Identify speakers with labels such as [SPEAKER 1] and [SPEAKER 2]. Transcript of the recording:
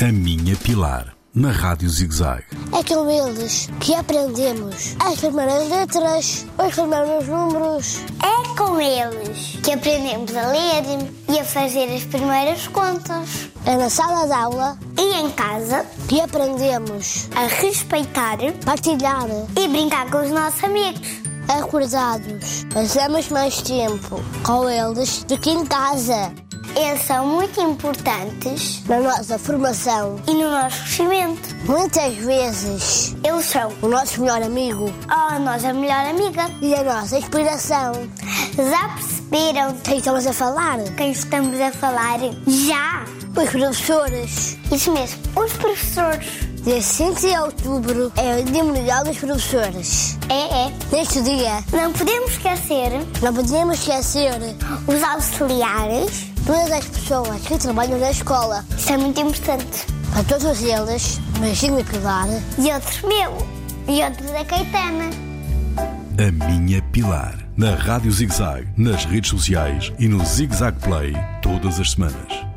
[SPEAKER 1] A Minha Pilar, na Rádio ZigZag.
[SPEAKER 2] É com eles que aprendemos a formar as letras, a formar os números.
[SPEAKER 3] É com eles que aprendemos a ler e a fazer as primeiras contas.
[SPEAKER 2] É na sala de aula
[SPEAKER 3] E em casa,
[SPEAKER 2] que aprendemos
[SPEAKER 3] a respeitar
[SPEAKER 2] partilhar,
[SPEAKER 3] e brincar com os nossos amigos.
[SPEAKER 2] acordados. Passamos mais tempo com eles do que em casa,
[SPEAKER 3] Eles são muito importantes
[SPEAKER 2] na nossa formação.
[SPEAKER 3] e no nosso crescimento.
[SPEAKER 2] Muitas vezes,
[SPEAKER 3] Eles são,
[SPEAKER 2] o nosso melhor amigo
[SPEAKER 3] oh, nós a melhor amiga.
[SPEAKER 2] e a nossa inspiração.
[SPEAKER 3] Já perceberam
[SPEAKER 2] Quem estamos a falar?
[SPEAKER 3] quem estamos a falar? Já!
[SPEAKER 2] Os professores.
[SPEAKER 3] Isso mesmo, os professores.
[SPEAKER 2] Dia 5 de outubro é o Dia Mundial dos Professores.
[SPEAKER 3] É, é.
[SPEAKER 2] Neste dia,
[SPEAKER 3] Não podemos esquecer
[SPEAKER 2] não podemos esquecer
[SPEAKER 3] os auxiliares.
[SPEAKER 2] todas as pessoas que trabalham na escola.
[SPEAKER 3] Isso é muito importante.
[SPEAKER 2] Para todos eles, beijinho e pilar.
[SPEAKER 3] E outros meu. E outros da Caetana.
[SPEAKER 1] A Minha Pilar, na Rádio ZigZag, nas redes sociais e no ZigZag Play, todas as semanas.